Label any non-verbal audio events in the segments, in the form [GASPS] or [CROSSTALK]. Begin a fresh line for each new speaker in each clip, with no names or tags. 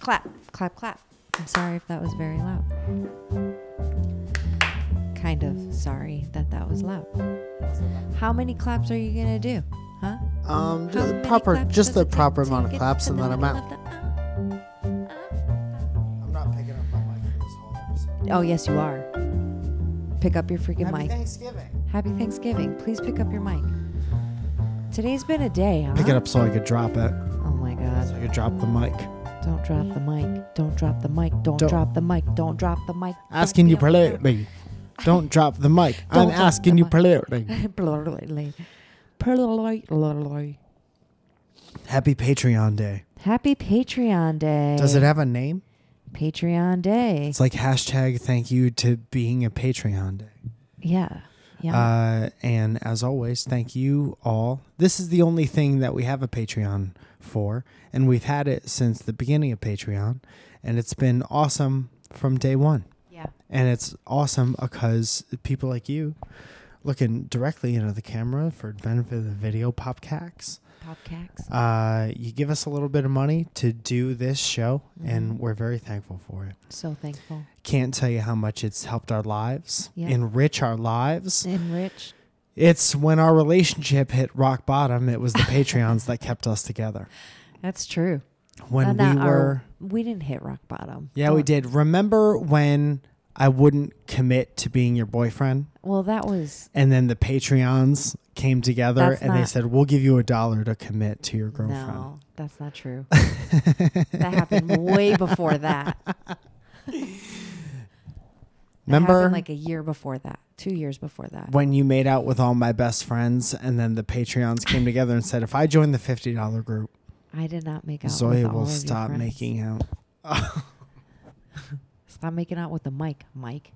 Clap, clap, clap. I'm sorry if that was very loud. Kind of sorry that that was loud. How many claps are you gonna do, huh?
Um,
How
the
many
proper,
claps
just
does
the
it take
proper
to
amount of
get
claps,
to
and
the
then I'm
middle
out.
of the-
I'm not picking up my mic for this whole episode.
Oh yes, you are. Pick up your freaking
Happy
mic.
Thanksgiving.
Happy Thanksgiving. Please pick up your mic. Today's been a day, huh?
Pick it up so I could drop it.
Oh my
So
God!
I could drop the mic.
Don't drop the mic. Don't drop the mic. Don't,
Don't-
drop the mic. Don't drop the mic.
Asking you
Don't be a-
politely. Don't drop
[LAUGHS]
the mic. I'm
Don't drop
asking
the
you
mic.
politely.
[LAUGHS] Politely. Politely.
Happy Patreon Day.
Happy Patreon Day.
Does it have a name?
Patreon Day?
It's like hashtag thank you to being a Patreon Day.
Yeah. Yeah.
Uh, and as always, thank you all. This is the only thing that we have a Patreon for, and we've had it since the beginning of Patreon, and it's been awesome from day one.
yeah.
And it's awesome because people like you looking directly into the camera for benefit of the video popcacks.
Popcacks.
Uh, you give us a little bit of money to do this show,
Mhm.
and we're very thankful for it.
So thankful.
Can't tell you how much it's helped our lives,
Yeah.
enrich our lives.
Enrich.
It's when our relationship hit rock bottom, it was the Patreons that kept us together.
That's true.
When
Not
we
our-
were.
we didn't hit rock bottom.
yeah, we
Don't-
did. Remember when I wouldn't commit to being your boyfriend?
Well, that was
And then the Patreons came together
That's
and they
not-
said, We'll give you a dollar to commit to your girlfriend.
no. That's not
[LAUGHS]
true. that happened way before that. That happened
Remember
like a year before that, two years before that.
when you made out with all my best friends and then the Patreons came together and said, If I join the $50 group,
I did not make out.
Zoe
with all
will
of your
stop
friends.
making out.
Stop making out with the mic, Mike.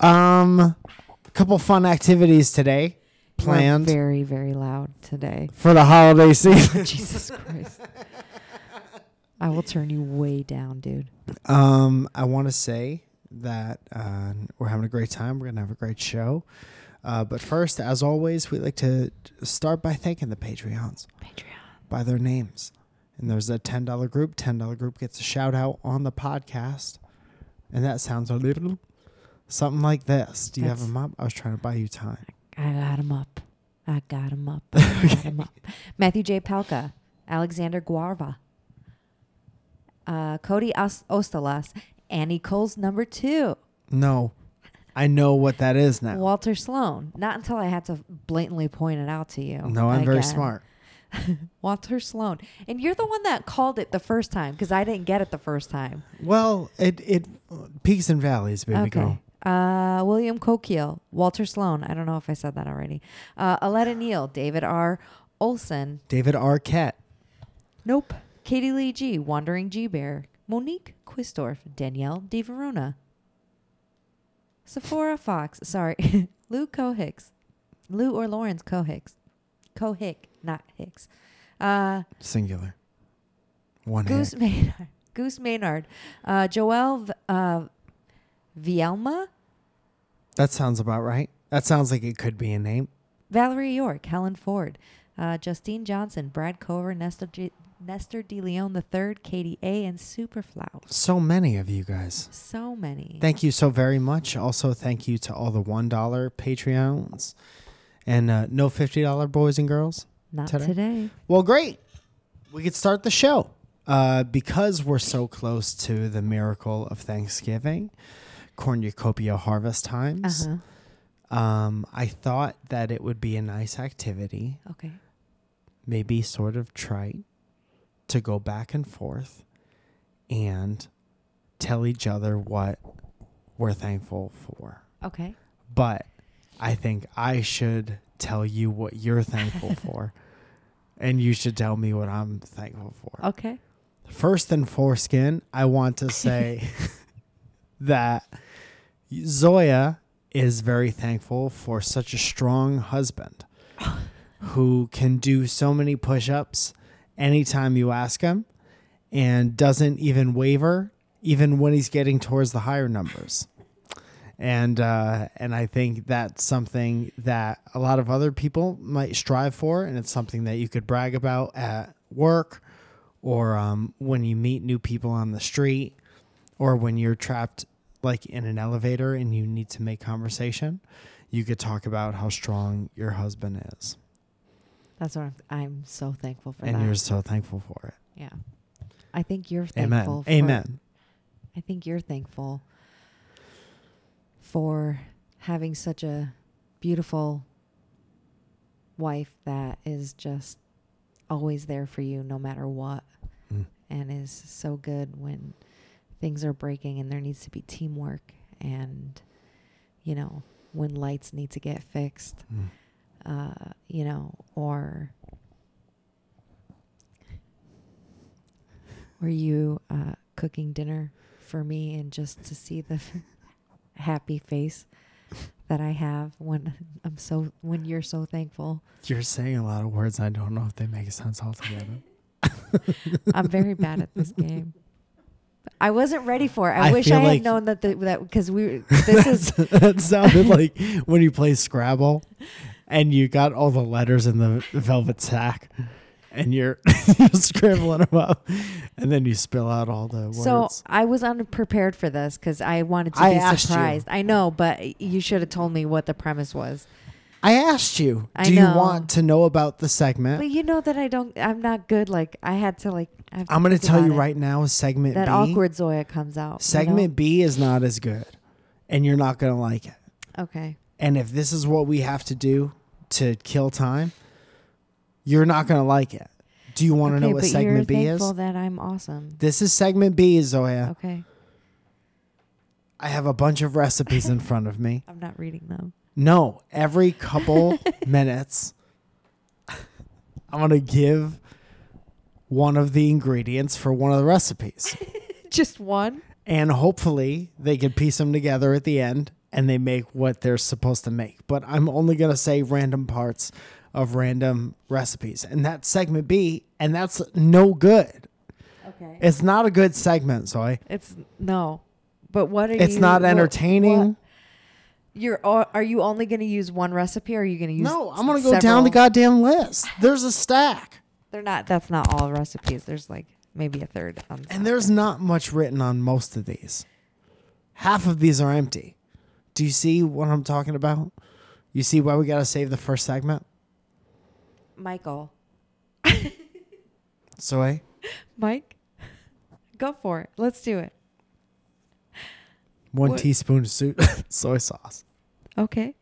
Um, a couple fun activities today
You are
planned
Very very loud
[LAUGHS]
today. [LAUGHS]
for the holiday season.
Jesus Christ. I will turn you way down, dude.
Um, I want to say that uh, we're having a great time. We're gonna have a great show. Uh, but first, as always, we like to start by thanking the Patreons
Patreon.
by their names. And there's a ten dollar group. Ten dollar group gets a shout out on the podcast, and that sounds a little something like this. Do you have a
That's-
mop? I was trying to buy you time.
I got him up. I got him up.
[LAUGHS]
I got him up. Matthew J. Palka, Alexander Guarva, uh, Cody Os- Ostalas, Annie Cole's number two,
No, I know what that is now.
Walter Sloan. Not until I had to blatantly point it out to you.
no, I'm very
again.
smart.
Walter Sloan. And you're the one that called it the first time because I didn't get it the first time.
Well, it it peaks and valleys, baby girl.
Uh, William Coquiel, Walter Sloan. I don't know if I said that already. Uh, Aletta Neal, David R. Olson.
David Arquette,
Nope. Katie Lee G. Wandering G Bear. Monique Quistorf. Danielle De Verona. Sephora Fox. Sorry. [LAUGHS] Lou Cohicks. Lou or Lawrence Cohicks. Cohick, not Hicks. Uh,
singular. One hand.
Goose Maynard. [LAUGHS] Goose Maynard. Uh, Joelle v- uh, Vielma.
That sounds about right. That sounds like it could be a name.
Valerie York, Helen Ford, uh, Justine Johnson, Brad Cover, Nestor, G- Nestor De Leon III, Katie A, and Superflow.
So many of you guys.
So many.
Thank you so very much. Also, thank you to all the $1 Patreons and uh, no $50 boys and girls.
Not
today.
today.
Well, great. We could start the show. Uh, because we're so close to the miracle of Thanksgiving, cornucopia harvest
Uh
times,
huh.
um, I thought that it would be a nice activity
Okay.
maybe sort of trite to go back and forth and tell each other what we're thankful for.
Okay.
But I think I should tell you what you're thankful for and you should tell me what I'm thankful for.
Okay.
First and foreskin, I want to say [LAUGHS] that Zoya is very thankful for such a strong husband who can do so many push ups anytime you ask him and doesn't even waver, even when he's getting towards the higher numbers. And uh, and I think that's something that a lot of other people might strive for, and it's something that you could brag about at work or um, when you meet new people on the street, or when you're trapped like in an elevator and you need to make conversation, you could talk about how strong your husband is,
That's what I'm, I'm so thankful for
and
that.
you're so thankful for it.
yeah. I think you're
Amen.
thankful. For,
Amen.
I think you're thankful for having such a beautiful wife that is just always there for you no matter what
Mm.
and is so good when things are breaking and there needs to be teamwork and you know when lights need to get fixed
Mm.
uh, you know, or were you uh, cooking dinner for me and just to see the [LAUGHS] happy face that I have when I'm so when you're so thankful.
You're saying a lot of words. and I don't know if they make sense altogether.
I'm very bad at this game. I wasn't ready for it. I,
I
wish
feel
I had
like-
known that the, that because we
[LAUGHS]
this is
[LAUGHS] that sounded like when you play Scrabble and you got all the letters in the velvet sack and you're, [LAUGHS] you're scrambling them up and then you spill out all the words.
So I was unprepared for this because I wanted to
I
be
asked you.
surprised. I know, but you should have told me what the premise was.
I asked you,
I
do you
know.
want to know about the segment?
But you know that I don't. I'm not good. Like I had to. Like I have
I'm going
think
to tell you
about it.
right now is segment
That
B.
awkward Zoya comes out. you know?
segment B is not as good and you're not going to like it.
Okay.
And if this is what we have to do to kill time, you're not going to like it. Do you want to
okay,
know what
but you're
segment B is?
thankful that I'm awesome.
This is segment B, Zoya.
Okay.
I have a bunch of recipes in front of me.
I'm not reading them.
No, every couple minutes, I'm going to give one of the ingredients for one of the recipes.
[LAUGHS] Just one.
And hopefully they can piece them together at the end and they make what they're supposed to make. But I'm only going to say random parts of random recipes. And that's segment B, and that's no good.
Okay.
It's not a good segment, Zoe.
It's no. But what are you?
It's not
what-
entertaining.
what- you're. o- Are you only going to use one recipe? or Are you going to use?
No,
s-
I'm gonna go down the
several?
goddamn list. There's a stack,
They're not. That's not all recipes. There's like maybe a third. Um, On the side.
and there's not much written on most of these. Half of these are empty. Do you see what I'm talking about? You see why we gotta save the first segment?
Michael,
Zoe,
Mike, [LAUGHS] go for it. Let's do it.
one
What?
teaspoon of so- [LAUGHS] soy sauce. [LAUGHS]
Okay.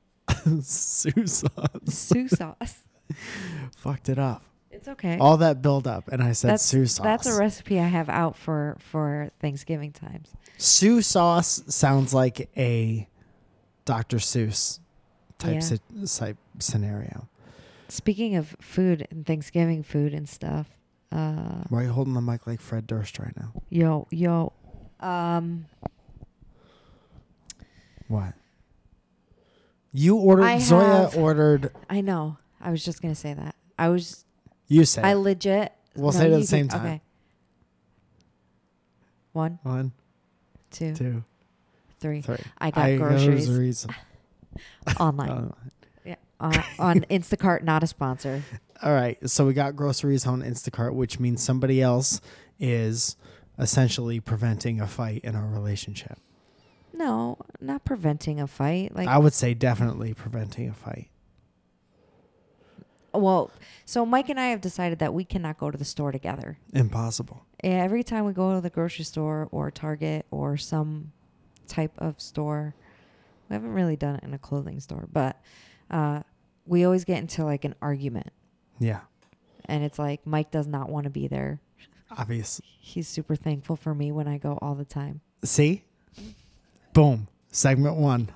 Soy sauce.
Sue sauce.
Fucked it up.
It's okay.
Eh. All that build up, and I said
that's
sous sauce.
That's a recipe I have out for for Thanksgiving times.
Sue sauce sounds like a Dr. Seuss
Yeah.
type sit- type scenario.
Speaking of food and Thanksgiving food and stuff, uh,
Why are you holding the mic like Fred Durst right now?
yo yo, um,
What? You ordered
I
Zoya
have-
ordered
I know. I was just gonna say that. I was.
you said
I legit.
We'll say it at
you
the
can-
same time.
Okay. One,
one,
two,
two,
three.
three.
I got groceries [LAUGHS] online
[LAUGHS] Uh,
yeah. uh, on Instacart, not a sponsor.
all right. So we got groceries on Instacart, which means somebody else is essentially preventing a fight in our relationship.
No, not preventing a fight. Like
I would say definitely preventing a fight.
Well, so Mike and I have decided that we cannot go to the store together.
Impossible.
Every time we go to the grocery store or Target or some type of store, we haven't really done it in a clothing store, but uh, we always get into like an argument.
Yeah.
And it's like Mike does not want to be there.
Obvious.
He's super thankful for me when I go all the time.
See? Boom. Segment one.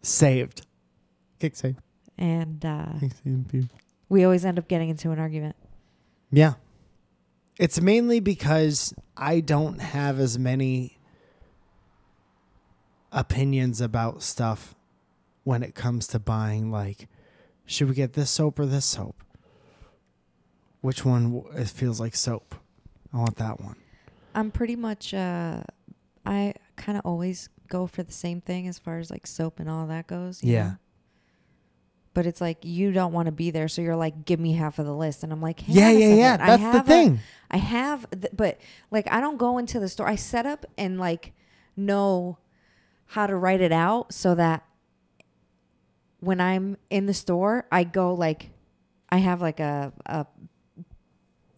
Saved. Kick save.
And uh,
Kick save. Pew.
we always end up getting into an argument.
Yeah. It's mainly because I don't have as many opinions about stuff when it comes to buying like should we get this soap or this soap? Which one w- it feels like soap? I want that one.
I'm pretty much uh I kind of always go for the same thing as far as like soap and all that goes. you
Yeah.
know? But it's like you don't want to be there, so you're like, "Give me half of the list," and I'm like, Hang
yeah,
on a
yeah, yeah.
second, I
That's the
have a-
thing.
I have, th- but like I don't go into the store. I set up and like know how to write it out so that when I'm in the store, I go like I have like a a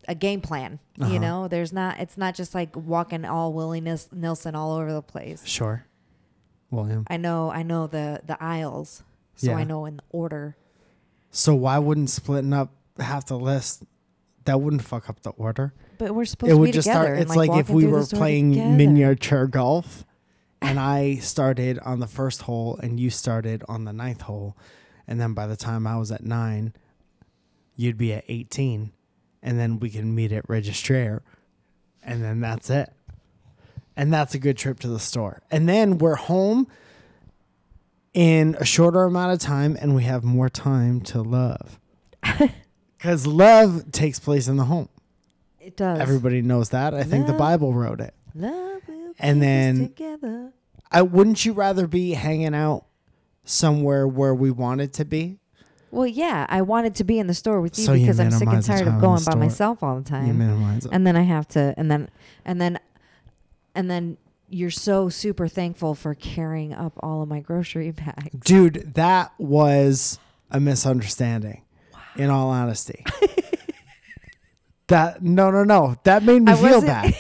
a game plan.
Uh-huh.
You know, there's not. It's not just like walking all williness Nilsson all over the place.
Sure. William.
I know. I know the the aisles, so
Yeah.
I know in the order.
So why wouldn't splitting up half the list? That wouldn't fuck up the order.
But we're supposed
It
to
would
be
just
together.
start.
and,
It's like, if
walking
we
through the
were
store
playing
together. [LAUGHS]
miniature golf, and I started on the first hole and you started on the ninth hole, and then by the time I was at nine, you'd be at eighteen, and then we can meet at registraire, and then that's it. And that's a good trip to the store. And then we're home in a shorter amount of time and we have more time
[LAUGHS]
to love. Because love takes place in the home.
It does.
Everybody knows that. I think the
Love.
Bible wrote it.
Love will bring
And
us
then-
together.
I wouldn't you rather be hanging out somewhere where we wanted to be?
Well, yeah, I wanted to be in the store with you
So you
because I'm sick and
minimize the
tired
time in
of
the
going by
store.
myself all the
You
time.
minimize it.
and then I have to, and then, and then, and then you're so super thankful for carrying up all of my grocery [LAUGHS] bags.
Dude, that was a misunderstanding. In all honesty. [LAUGHS] that no no no. That made me
I
feel
wasn't- [LAUGHS]
bad.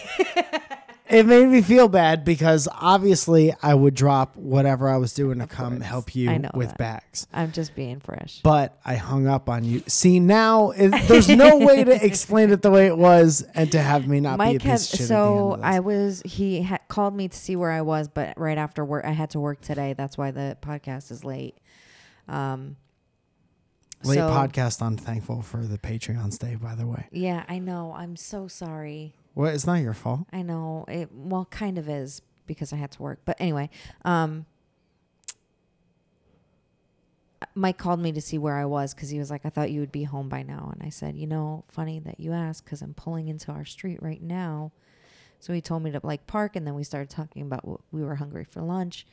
it made me feel bad because obviously I would drop whatever I was doing to come
course.
help
I
you
know
with
that.
bags.
I'm just being fresh.
But I hung up on you. See now, it, there's no
[LAUGHS]
way to explain it the way it was, and to have me not
Mike
be a
had
piece of shit.
so
at the end of this.
I was he ha- called me to see where I was, but right after work I had to work today. That's why the podcast is late. Um,
Late
so-
podcast. I'm thankful for the Patreon stay, by the way.
Yeah, I know. I'm so sorry.
Well, it's not your fault.
I know it. Well, kind of is because I had to work. But anyway, um, Mike called me to see where I was because he was like, "I thought you would be home by now," and I said, "You know, funny that you ask because I'm pulling into our street right now." So he told me to like park, and then we started talking about what we were hungry for lunch,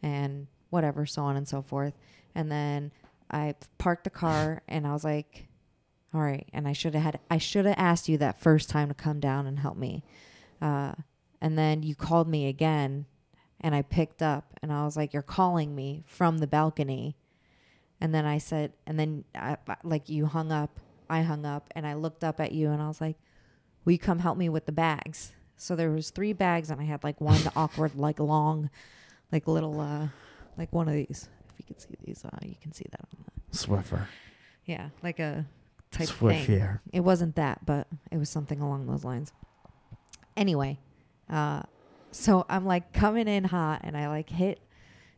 and whatever, so on and so forth. And then I parked the car, and I was like. All right, and I should have had I should have asked you that first time to come down and help me. Uh, and then you called me again, and I picked up, and I was like, "You're calling me from the balcony." And then I said, and then I, like you hung up, I hung up, and I looked up at you, and I was like, "Will you come help me with the bags?" So there was three bags, and I had like one awkward, [LAUGHS] like long, like little, uh, like one of these. If you can see these, uh, you can see that on the
Swiffer.
yeah, like a type thing.
Swiffier.
It wasn't that, but it was something along those lines. Anyway, uh, so I'm like coming in hot, and I like hit,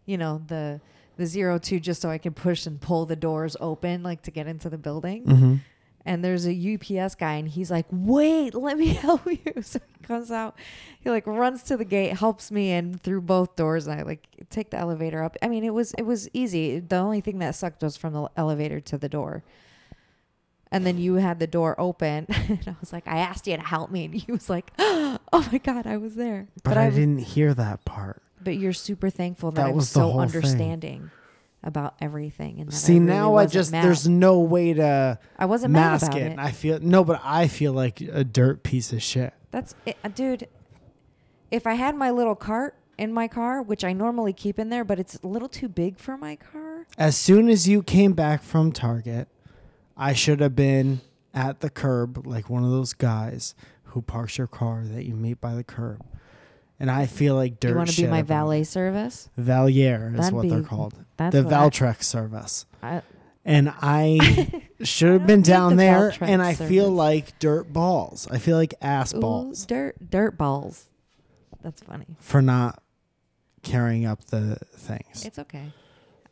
you know, the the zero two just so I can push and pull the doors open, like to get into the building.
Mm-hmm.
And there's a UPS guy, and he's like, "Wait, let me [LAUGHS] help you." So he comes out, he like runs to the gate, helps me in through both doors, and I like take the elevator up. I mean, it was it was easy. The only thing that sucked was from the elevator to the door. And then you had the door open, [LAUGHS] and I was like, "I asked you to help me," and he was like, [GASPS] "Oh my god, I was there."
But, I,
was-
didn't hear that part.
But you're super thankful that,
That
I'm
was the
so
whole thing.
understanding about everything. And that
See,
I really
now I
wasn't
just
mad.
there's no way to
I wasn't mad
mask
about
it.
it.
And I feel no, but I feel like a dirt piece of shit.
That's it, uh, dude. If I had my little cart in my car, which I normally keep in there, but it's a little too big for my car.
As soon as you came back from Target, I should have been at the curb like one of those guys who parks your car that you meet by the curb. And I feel like dirt.
you want to be
shit
my
about it.
valet service?
Valier is
That'd
what they're
be-
called.
that's
the
what I-
Valtrex service.
I,
And
[LAUGHS]
I should have
don't
been
need
down
the
there
Valtrex
and I feel
service.
like dirt balls. I feel like ass
ooh,
balls
dirt, dirt balls. That's funny.
for not carrying up the things.
It's okay.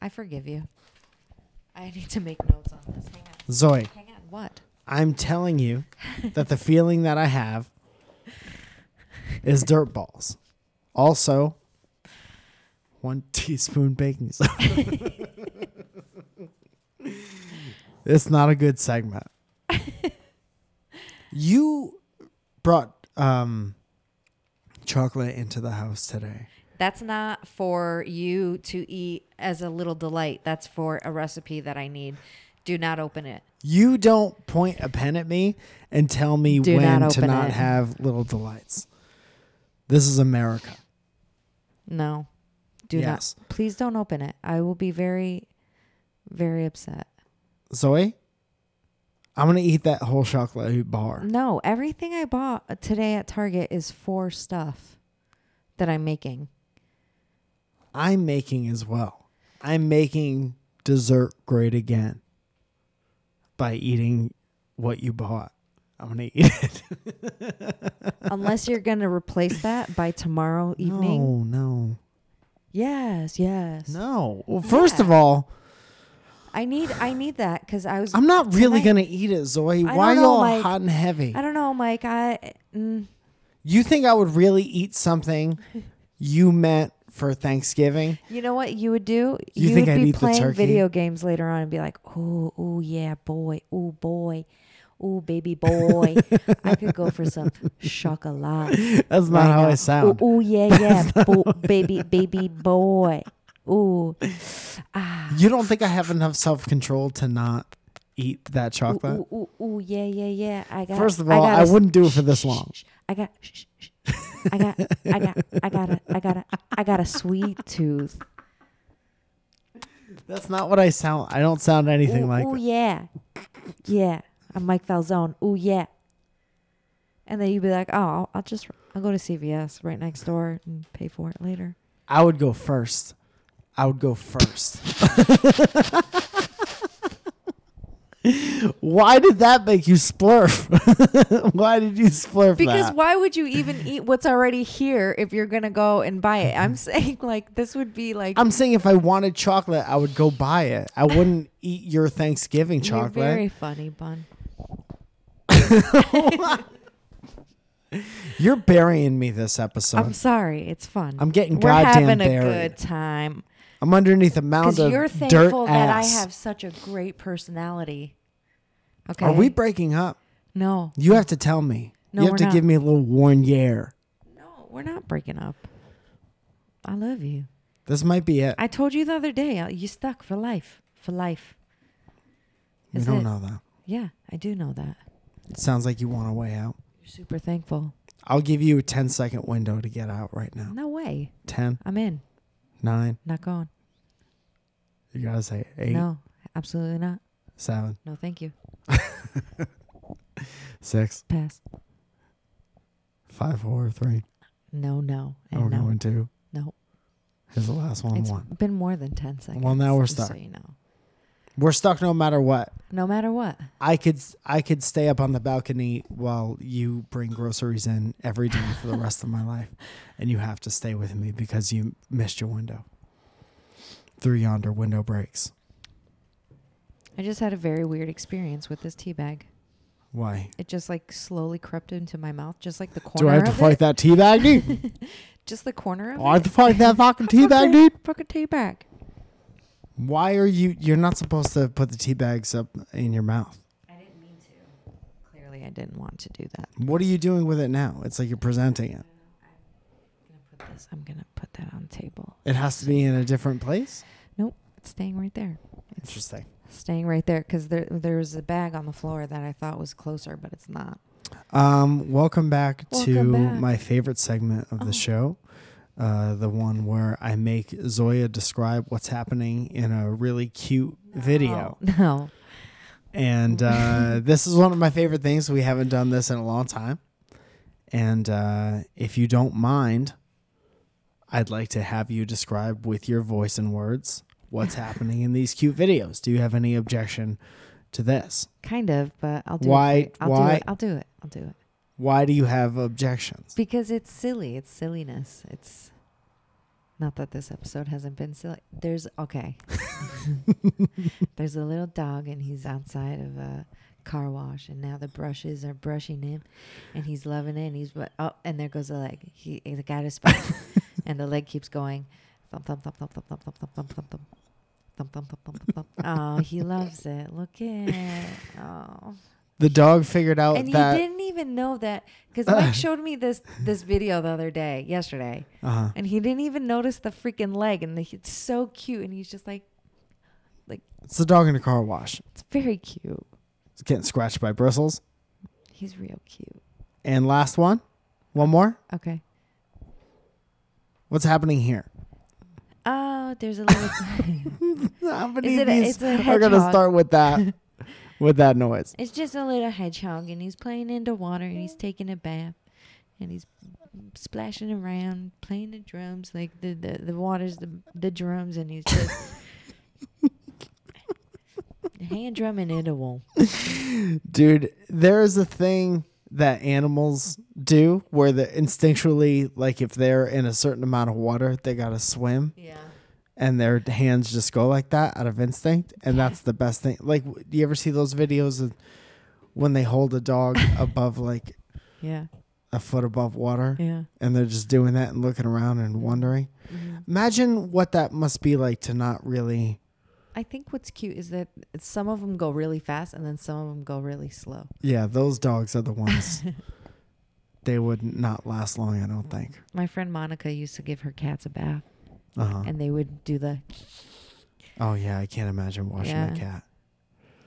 I forgive you. I need to make notes on this. Hang on.
Zoe,
Hang on. What?
I'm telling you that the feeling that I have is dirt balls. Also, one teaspoon baking soda. [LAUGHS] it's not a
[LAUGHS]
good segment. you brought um, chocolate into the house today.
That's not for you to eat as a little delight. That's for a recipe that I need Do not open it.
You don't point a pen at me and tell me
Do
when
not
to
open
not
it.
have little delights. This is America.
No. Do
yes.
not. Please don't open it. I will be very, very upset.
Zoe, I'm going to eat that whole chocolate bar.
No, everything I bought today at Target is for stuff that I'm
[LAUGHS]
making.
I'm making as well. I'm making dessert great again by eating what you bought. I'm going to eat it.
Unless you're going to replace that by tomorrow evening.
No, no.
Yes, yes.
No. Well, first
Yeah.
of all,
I need I need that cuz I was
I'm not really
Tonight-
going to eat it, Zoe.
I
Why
don't
are
know,
y'all
like-
hot and heavy?
I don't know, Mike. I mm,
You think I would really eat something you meant for Thanksgiving?
you know what you would do?
You think
would
I'd
be
eat the
playing
turkey?
video games later on and be like, "Oh, oh yeah, boy. Oh boy. Oh baby boy. I could go for some chocolate."
[LAUGHS] That's not how I sound.
Oh yeah, yeah, bo- baby, baby boy. Ooh,
You don't think I have enough self control to not eat that
ooh,
chocolate?
ooh, ooh, ooh, yeah, yeah, yeah. I got.
First of all,
got
I
a-
wouldn't do it for this long.
I got. I got. I got. I got a. I got a. I got a sweet tooth.
That's not what I sound. I don't sound anything
ooh,
like
ooh,
that.
yeah, yeah. I'm Mike Falzone. Ooh yeah. And then you'd be like, oh, I'll- I'll just I'll go to CVS right next door and pay for it later.
I would go first. I would go first. [LAUGHS] Why did that make you splurf? [LAUGHS] Why did you splurf
Because
that?
why would you even eat what's already here if you're gonna go and buy it? I'm [LAUGHS] saying like this would be like
I'm saying if I wanted chocolate, I would go buy it. I wouldn't eat your Thanksgiving chocolate.
You're very funny, Bun.
You're burying me this episode.
I'm
I'm,
sorry, it's fun.
getting
We're having
goddamn
a
buried.
good time
I'm underneath a mound
because
of
you're
dirt
thankful that I
ass.
have such a great personality. Okay.
Are we breaking up?
No,
You have to tell me.
No,
you have
we're
to
not.
give me a little warn year.
no, we're not breaking up. I love you.
This might be it.
I told you the other day uh, you stuck for life, for life.
We
Is
don't
it-
know though.
Yeah, I do know that.
It sounds like you want a way out.
You're super thankful.
I'll give you a 10 second window to get out right now.
No way.
10,
I'm in.
9,
Not going.
you gotta say 8,
No, absolutely not.
7,
No, thank you.
6,
Pass.
5, 4, 3.
No, no,
And
and
we're
no.
going to.
No.
Here's the last one.
It's
one.
been more than 10 seconds.
Well, now we're
just So
stuck.
you know.
We're stuck no matter what.
No matter what.
I could I could stay up on the balcony while you bring groceries in every day for the rest of my
[LAUGHS]
life, and you have to stay with me because you missed your window through yonder window breaks.
I just had a very weird experience with this tea bag.
Why
It just like slowly crept into my mouth, just like the corner
do I have to
of
fight
it.
that tea
[LAUGHS]
bag, dude?
Just the corner of
I have
it.
to fight that fucking tea
[LAUGHS]
bag,
Fucking-
dude.
Fucking tea bag.
Why are you? You're not supposed to put the tea bags up in your mouth.
I didn't mean to. Clearly, I didn't want to do that.
What are you doing with it now? It's like you're presenting it.
I'm gonna put this. I'm gonna put that on the table.
It has to be in a different place.
Nope, it's staying right there. It's
Interesting.
staying right there because there there was a bag on the floor that I thought was closer, but it's not.
Um, welcome back to
Welcome back.
my favorite segment of the
Oh.
show. Uh, the one where I make Zoya describe what's happening in a really cute video.
Oh, no. [LAUGHS]
And uh, this is one of my favorite things. We haven't done this in a long time. And uh, if you don't mind, I'd like to have you describe with your voice and words
[LAUGHS]
what's happening in these cute videos. Do you have any objection to this?
Kind of, but I'll do
Why-
it. for you. I'll
why-
Do it. I'll do it. I'll do it.
Why do you have objections?
Because it's silly. It's silliness. It's not that this episode hasn't been silly. There's okay. There's a little dog and he's outside of a car wash and now the brushes are brushing him and he's loving it and he's but oh and there goes a leg. He the guy is spot and the leg keeps going. Thump thump thump thump thump thump thump thump thump thump thump. Thump, thump, thump, thump, thump, thump. Oh, he loves it. Look at oh
The dog figured out
and
that.
you didn't even know that because [SIGHS] Mike showed me this this video the other day, yesterday,
Uh-huh.
and he didn't even notice the freaking leg, and the, it's so cute, and he's just like, Like
It's the dog in a car wash.
it's very cute.
It's getting scratched by bristles.
He's real cute.
And last one, one more.
Okay.
What's happening here?
Oh, there's [LAUGHS] a little.
How many
Is
of
it a-
these
it's a
are gonna
hedgehog.
start
[LAUGHS]
with that, with that noise?
it's just a little hedgehog, and he's playing in the water, and he's taking a bath, and he's splashing around, playing the drums like the the, the water's the the drums, and he's [LAUGHS] just hand drumming in a wall.
Dude, there is a thing that animals do where the instinctually, like if they're in a certain amount of water, they gotta swim,
Yeah.
and their hands just go like that out of instinct, and that's the best thing. Like, w- do you ever see those videos of when they hold a dog above like
Yeah.
a foot above water,
Yeah.
and they're just doing that and looking around and wondering?
Mhm.
Imagine what that must be like to not really.
I think what's cute is that some of them go really fast, and then some of them go really slow.
Yeah, those dogs are the ones. they would not last long, I don't think.
My friend Monica used to give her cats a bath,
Uh-huh.
and they would do the.
Oh yeah, I can't imagine washing a
Yeah.
cat.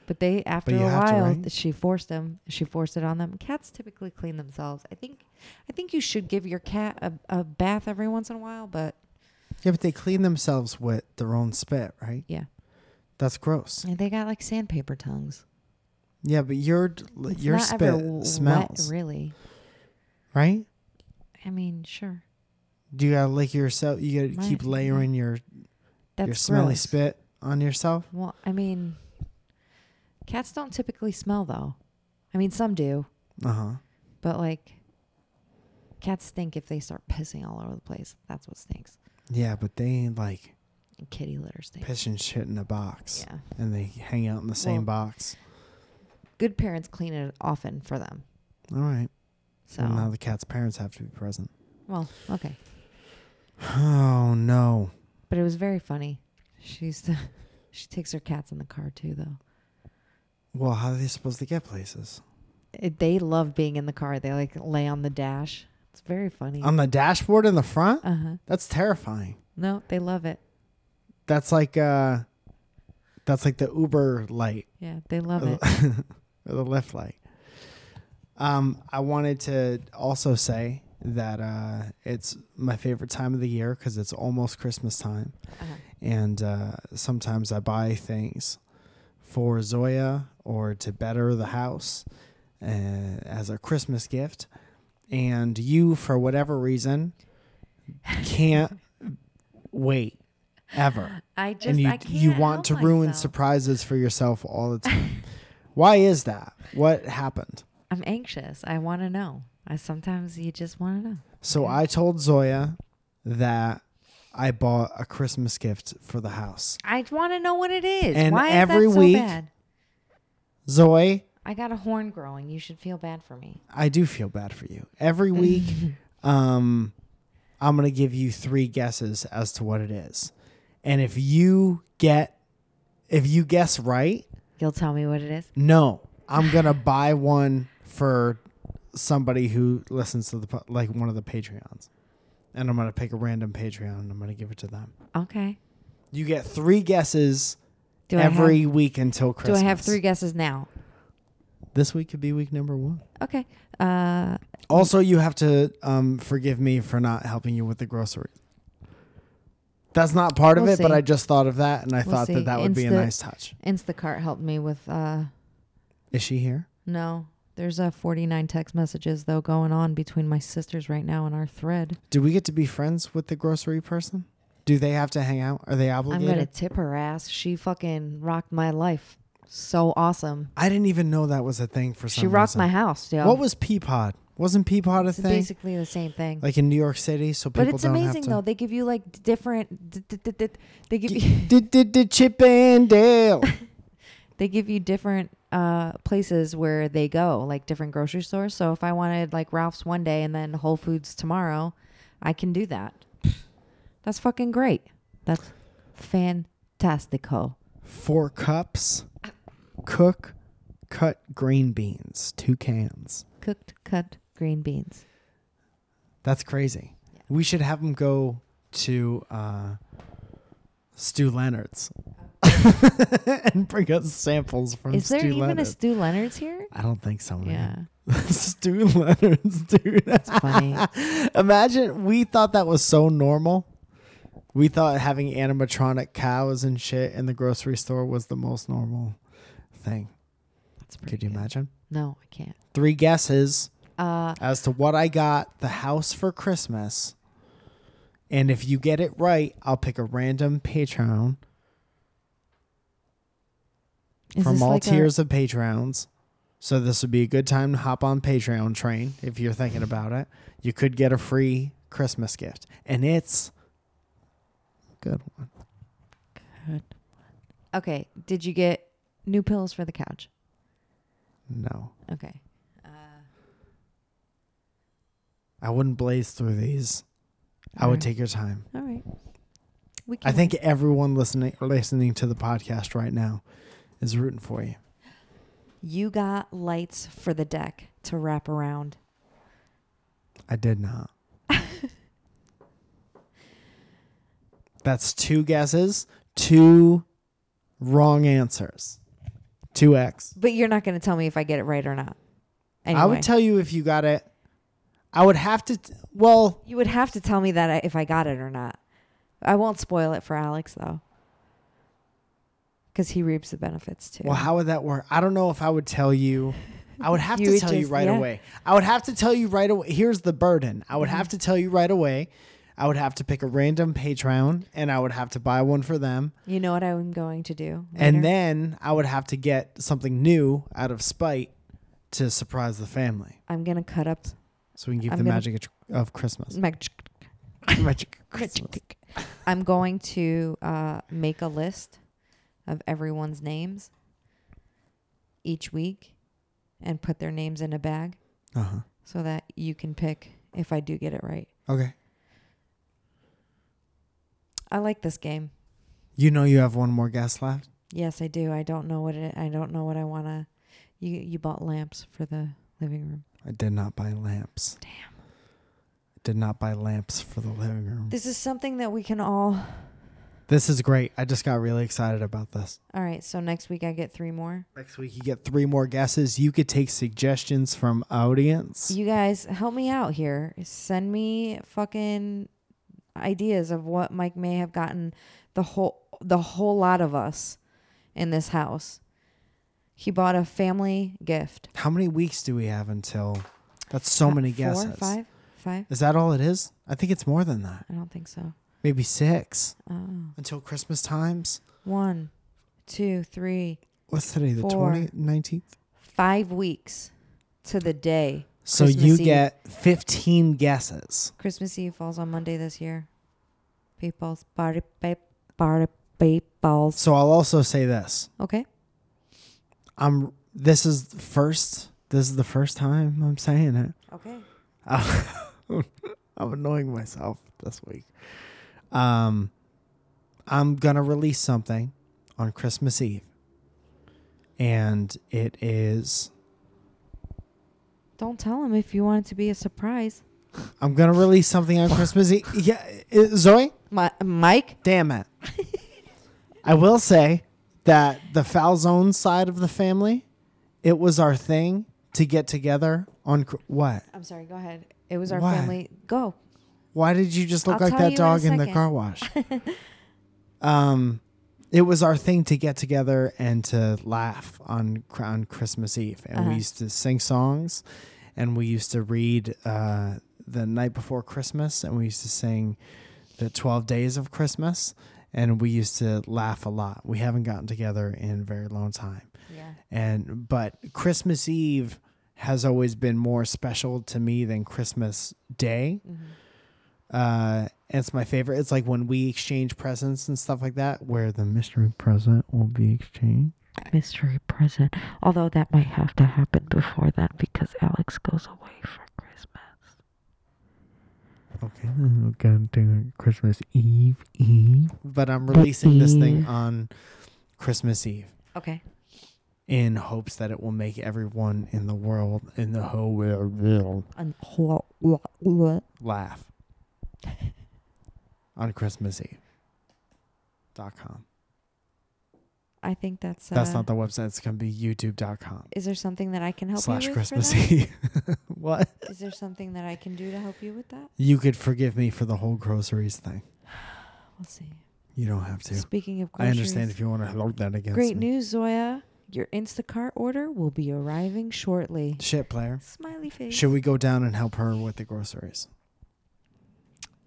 But they, after
you
a
have to,
while,
right?
she forced them. She forced it on them. Cats typically clean themselves. I think, I think you should give your cat a, a bath every once in a while. But
Yeah, but they clean themselves with their own spit, right?
yeah,
That's gross.
and they got like sandpaper tongues.
Yeah, but your
It's
your
not ever w-
spit
wet,
smells,
really.
right?
I mean, sure,
Do you gotta lick yourself? You gotta
Right,
keep
yeah.
layering your
that's
your smelly
gross.
spit on yourself.
Well, I mean, cats don't typically smell though. I mean, some do,
Uh huh.
but like, cats stink if they start pissing all over the place. That's what stinks.
Yeah, but they ain't like
And kitty litter stinks.
pissing shit in a box,
Yeah.
and they hang out in the same
Well-
box.
Good parents clean it often for them.
All right.
So,
Well, now the cat's parents have to be present.
well, okay.
Oh no.
But it was very funny. She used to, [LAUGHS] she takes her cats in the car too, though.
Well, how are they supposed to get places?
It, they love being in the car. They like lay on the dash. It's very funny.
On the dashboard in the front?
uh huh.
That's terrifying.
No, they love it.
That's like uh that's like the Uber light
Yeah, they love it.
or [LAUGHS] the Lyft light. Um I wanted to also say that uh it's my favorite time of the year cuz it's almost Christmas time
Uh-huh.
and uh sometimes I buy things for Zoya or to better the house uh, as a Christmas gift and you for whatever reason can't wait ever
I just
and you
I can't
you want
help
to ruin
myself.
surprises for yourself
[LAUGHS]
all the time. Why is that? What happened?
I'm anxious. I want to know. I sometimes you just want to know.
So I told Zoya that I bought a Christmas gift for the house.
I want to know what it is.
And
Why
every
is that so
week-
bad?
Zoe,
I got a horn growing. You should feel bad for me.
I do feel bad for you.
[LAUGHS]
Every week, um, I'm gonna give you three guesses as to what it is, and if you get, if you guess right,
You'll tell me what it is.
no, I'm gonna buy one for somebody who listens to the po- like one of the Patreons, and I'm gonna pick a random Patreon and I'm gonna give it to them.
Okay.
You get three guesses
Do
every
I have,
week until
do
Christmas.
I have three guesses now?
This week could be week number one.
Okay. Uh,
Also, you have to um, forgive me for not helping you with the grocery. That's not part of
We'll
it, but
see.
I just thought of that, and I
We'll
thought
see.
that that would be a
Insta-
nice touch.
Instacart helped me with. Uh,
Is she here?
no, there's uh, 49 text messages though going on between my sisters right now in our thread.
Do we get to be friends with the grocery person? Do they have to hang out? Are they
I'm gonna
obligated?
tip her ass. She fucking rocked my life. So awesome.
I didn't even know that was a thing for some
She rocked
reason.
my house, yo.
What was Peapod? Wasn't Peapod a
It's
thing?
basically the same thing.
like in New York City, so people
but it's
don't
amazing though.
[LAUGHS] have to.
They give you like d- different. d- d- d- d- They give you [LAUGHS]
D- d- d- Chip and Dale.
they give you different uh, places where they go, like different grocery stores. So if I wanted like Ralph's one day and then Whole Foods tomorrow, I can do that. That's fucking great. That's fantastico.
four cups, cook, cut green beans, two cans.
Cooked, cut green beans.
That's crazy. We should have them go to uh, Stu Leonard's [LAUGHS] and bring us samples from
Is there
Stu
even
Leonard.
a Stu Leonard's here?
I don't think so,
Yeah.
man. [LAUGHS] Stu Leonard's, dude.
It's funny.
Imagine we thought that was so normal. We thought having animatronic cows and shit in the grocery store was the most normal thing.
That's pretty
Could you
good.
imagine?
No, I can't.
Three guesses
Uh,
as to what I got the house for Christmas. And if you get it right, I'll pick a random Patreon
is
from
this
all
like a-
tiers of Patreons. So this would be a good time to hop on Patreon train if you're thinking about it. You could get a free Christmas gift, and it's a good one.
okay. Did you get new pillows for the couch?
No,
Okay.
I wouldn't blaze through these. I
Alright.
would take your time.
All right. We can
I think everyone listening listening to the podcast right now is rooting for you.
you got lights for the deck to wrap around.
I did not. That's two guesses, two wrong answers, two X.
But you're not going to tell me if I get it right or not. Anyway,
I would tell you if you got it. I would have to. T- well,
you would have to tell me that I- if I got it or not. I won't spoil it for Alex though. Cuz he reaps the benefits too.
well, how would that work? I don't know if I would tell you. I would
[LAUGHS]
have
You
to
would
tell you
just-
right
yeah.
away. I would have to tell you right away. Here's the burden. I would
Mm-hmm.
have to tell you right away. I would have to pick a random Patreon, and I would have to buy one for them.
You know what I'm going to do? later?
And then I would have to get something new out of spite to surprise the family,
I'm going to cut up
so we can keep
I'm
the
gonna-
magic of
[LAUGHS]
Christmas. [LAUGHS]
Magic.
magic of Christmas.
I'm going to uh, make a list of everyone's names each week and put their names in a bag
Uh huh.
so that you can pick if I do get it right.
Okay.
I like this game.
You know you have one more guess left.
Yes, I do. I don't know what it, I don't know what I want to you you bought lamps for the living room.
I did not buy lamps. Damn. I did not buy lamps for the living room.
This is something that we can all
This is great. I just got really excited about this.
All right, so next week I get 3 more.
Next week you get three more guesses. You could take suggestions from audience.
You guys help me out here. Send me fucking ideas of what Mike may have gotten the whole the whole lot of us in this house. He bought a family gift.
How many weeks do we have until? That's so many
Four,
guesses.
Five? Five?
Is that all it is? I think it's more than that.
I don't think so.
Maybe six
Oh.
until Christmas times.
One, two, three,
What's today? The
Four.
twentieth, nineteenth.
five weeks to the day.
So
Christmas
you
Eve.
get fifteen guesses.
Christmas Eve falls on Monday this year. People's party, babe, party, people's.
So I'll also say this.
Okay.
I'm. This is the first. This is the first time I'm saying it.
Okay.
I'm annoying myself this week. Um, I'm gonna release something on Christmas Eve, and it is.
Don't tell him if you want it to be a surprise.
I'm gonna release something on Christmas Eve. [LAUGHS] Yeah, i- Zoe.
My, Mike?
Damn it. [LAUGHS] I will say that the foul zone side of the family, it was our thing to get together on cr- what?
I'm sorry, go ahead. It was our
Why?
family. Go.
Why did you just look
I'll
like
tell
that
you in a
dog in, the
second.
car wash? [LAUGHS] um, it was our thing to get together and to laugh on cr- on Christmas Eve, and
Uh-huh.
we used to sing songs, and we used to read uh, the night before Christmas, and we used to sing the Twelve Days of Christmas, and we used to laugh a lot. We haven't gotten together in a very long time
Yeah.
and but christmas eve has always been more special to me than christmas day
Mm-hmm.
uh and it's my favorite it's like when we exchange presents and stuff like that where the mystery present will be exchanged
mystery present. Although that might have to happen before that because Alex goes away for Christmas.
okay going to christmas eve eve but i'm releasing this thing
Eve.
on christmas eve
Okay.
in hopes that it will make everyone in the world in the whole world
And All
laugh on Christmas Eve. Dot com.
I think that's uh,
That's not the website. It's going to be youtube.com
Is there something that I can help
slash
you with for that?
Christmassy. [LAUGHS] what?
Is there something that I can do to help you with that?
You could forgive me for the whole groceries thing.
We'll see.
You don't have to.
Speaking of
I
groceries,
understand if you want to hold that against
great
me.
news, Zoya. Your Instacart order will be arriving shortly.
Shit, player.
Smiley face.
Should we go down and help her with the groceries?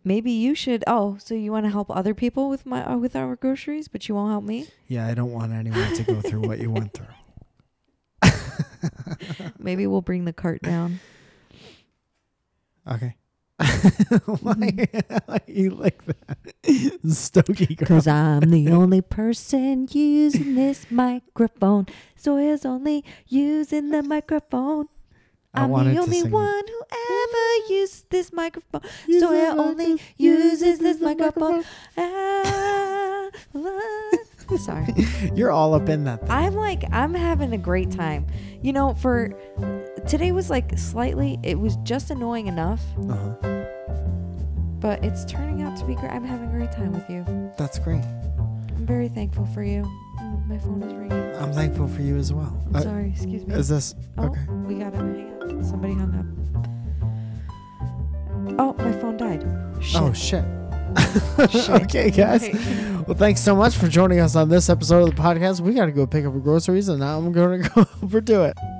Maybe you should. Oh, so you want to help other people with my uh, with our groceries, but you won't help me? [LAUGHS]
Yeah, I don't want anyone to go through what you went through.
Maybe we'll bring the cart down.
Okay. [LAUGHS] Why are you like that? Stogie [LAUGHS] girl.
Cause I'm the only person using
[LAUGHS]
this microphone. Zoya's only using the microphone.
I
I'm
wanted
the
to
only
sing.
one who ever used this microphone.
Uses
Zoya
like
only
this,
uses
uses
this
the
microphone.
microphone.
[LAUGHS] Ah, la- Sorry.
[LAUGHS] You're all up in that.
I'm like, I'm having a great time. You know, for today was like slightly, it was just annoying enough,
Uh-huh.
but it's turning out to be great. I'm having a great time with you.
That's great.
I'm very thankful for you. Mm, My phone is ringing.
I'm thankful for you as well.
I'm
Uh,
sorry, excuse me.
is this
Oh,
okay?
we gotta hang up. Somebody hung up. Oh, my phone died. Shit.
Oh shit.
Shit.
[LAUGHS] okay, guys.
Okay.
Well, thanks so much for joining us on this episode of the podcast. We got to [LAUGHS] go pick up our groceries, and now I'm going to go over to it.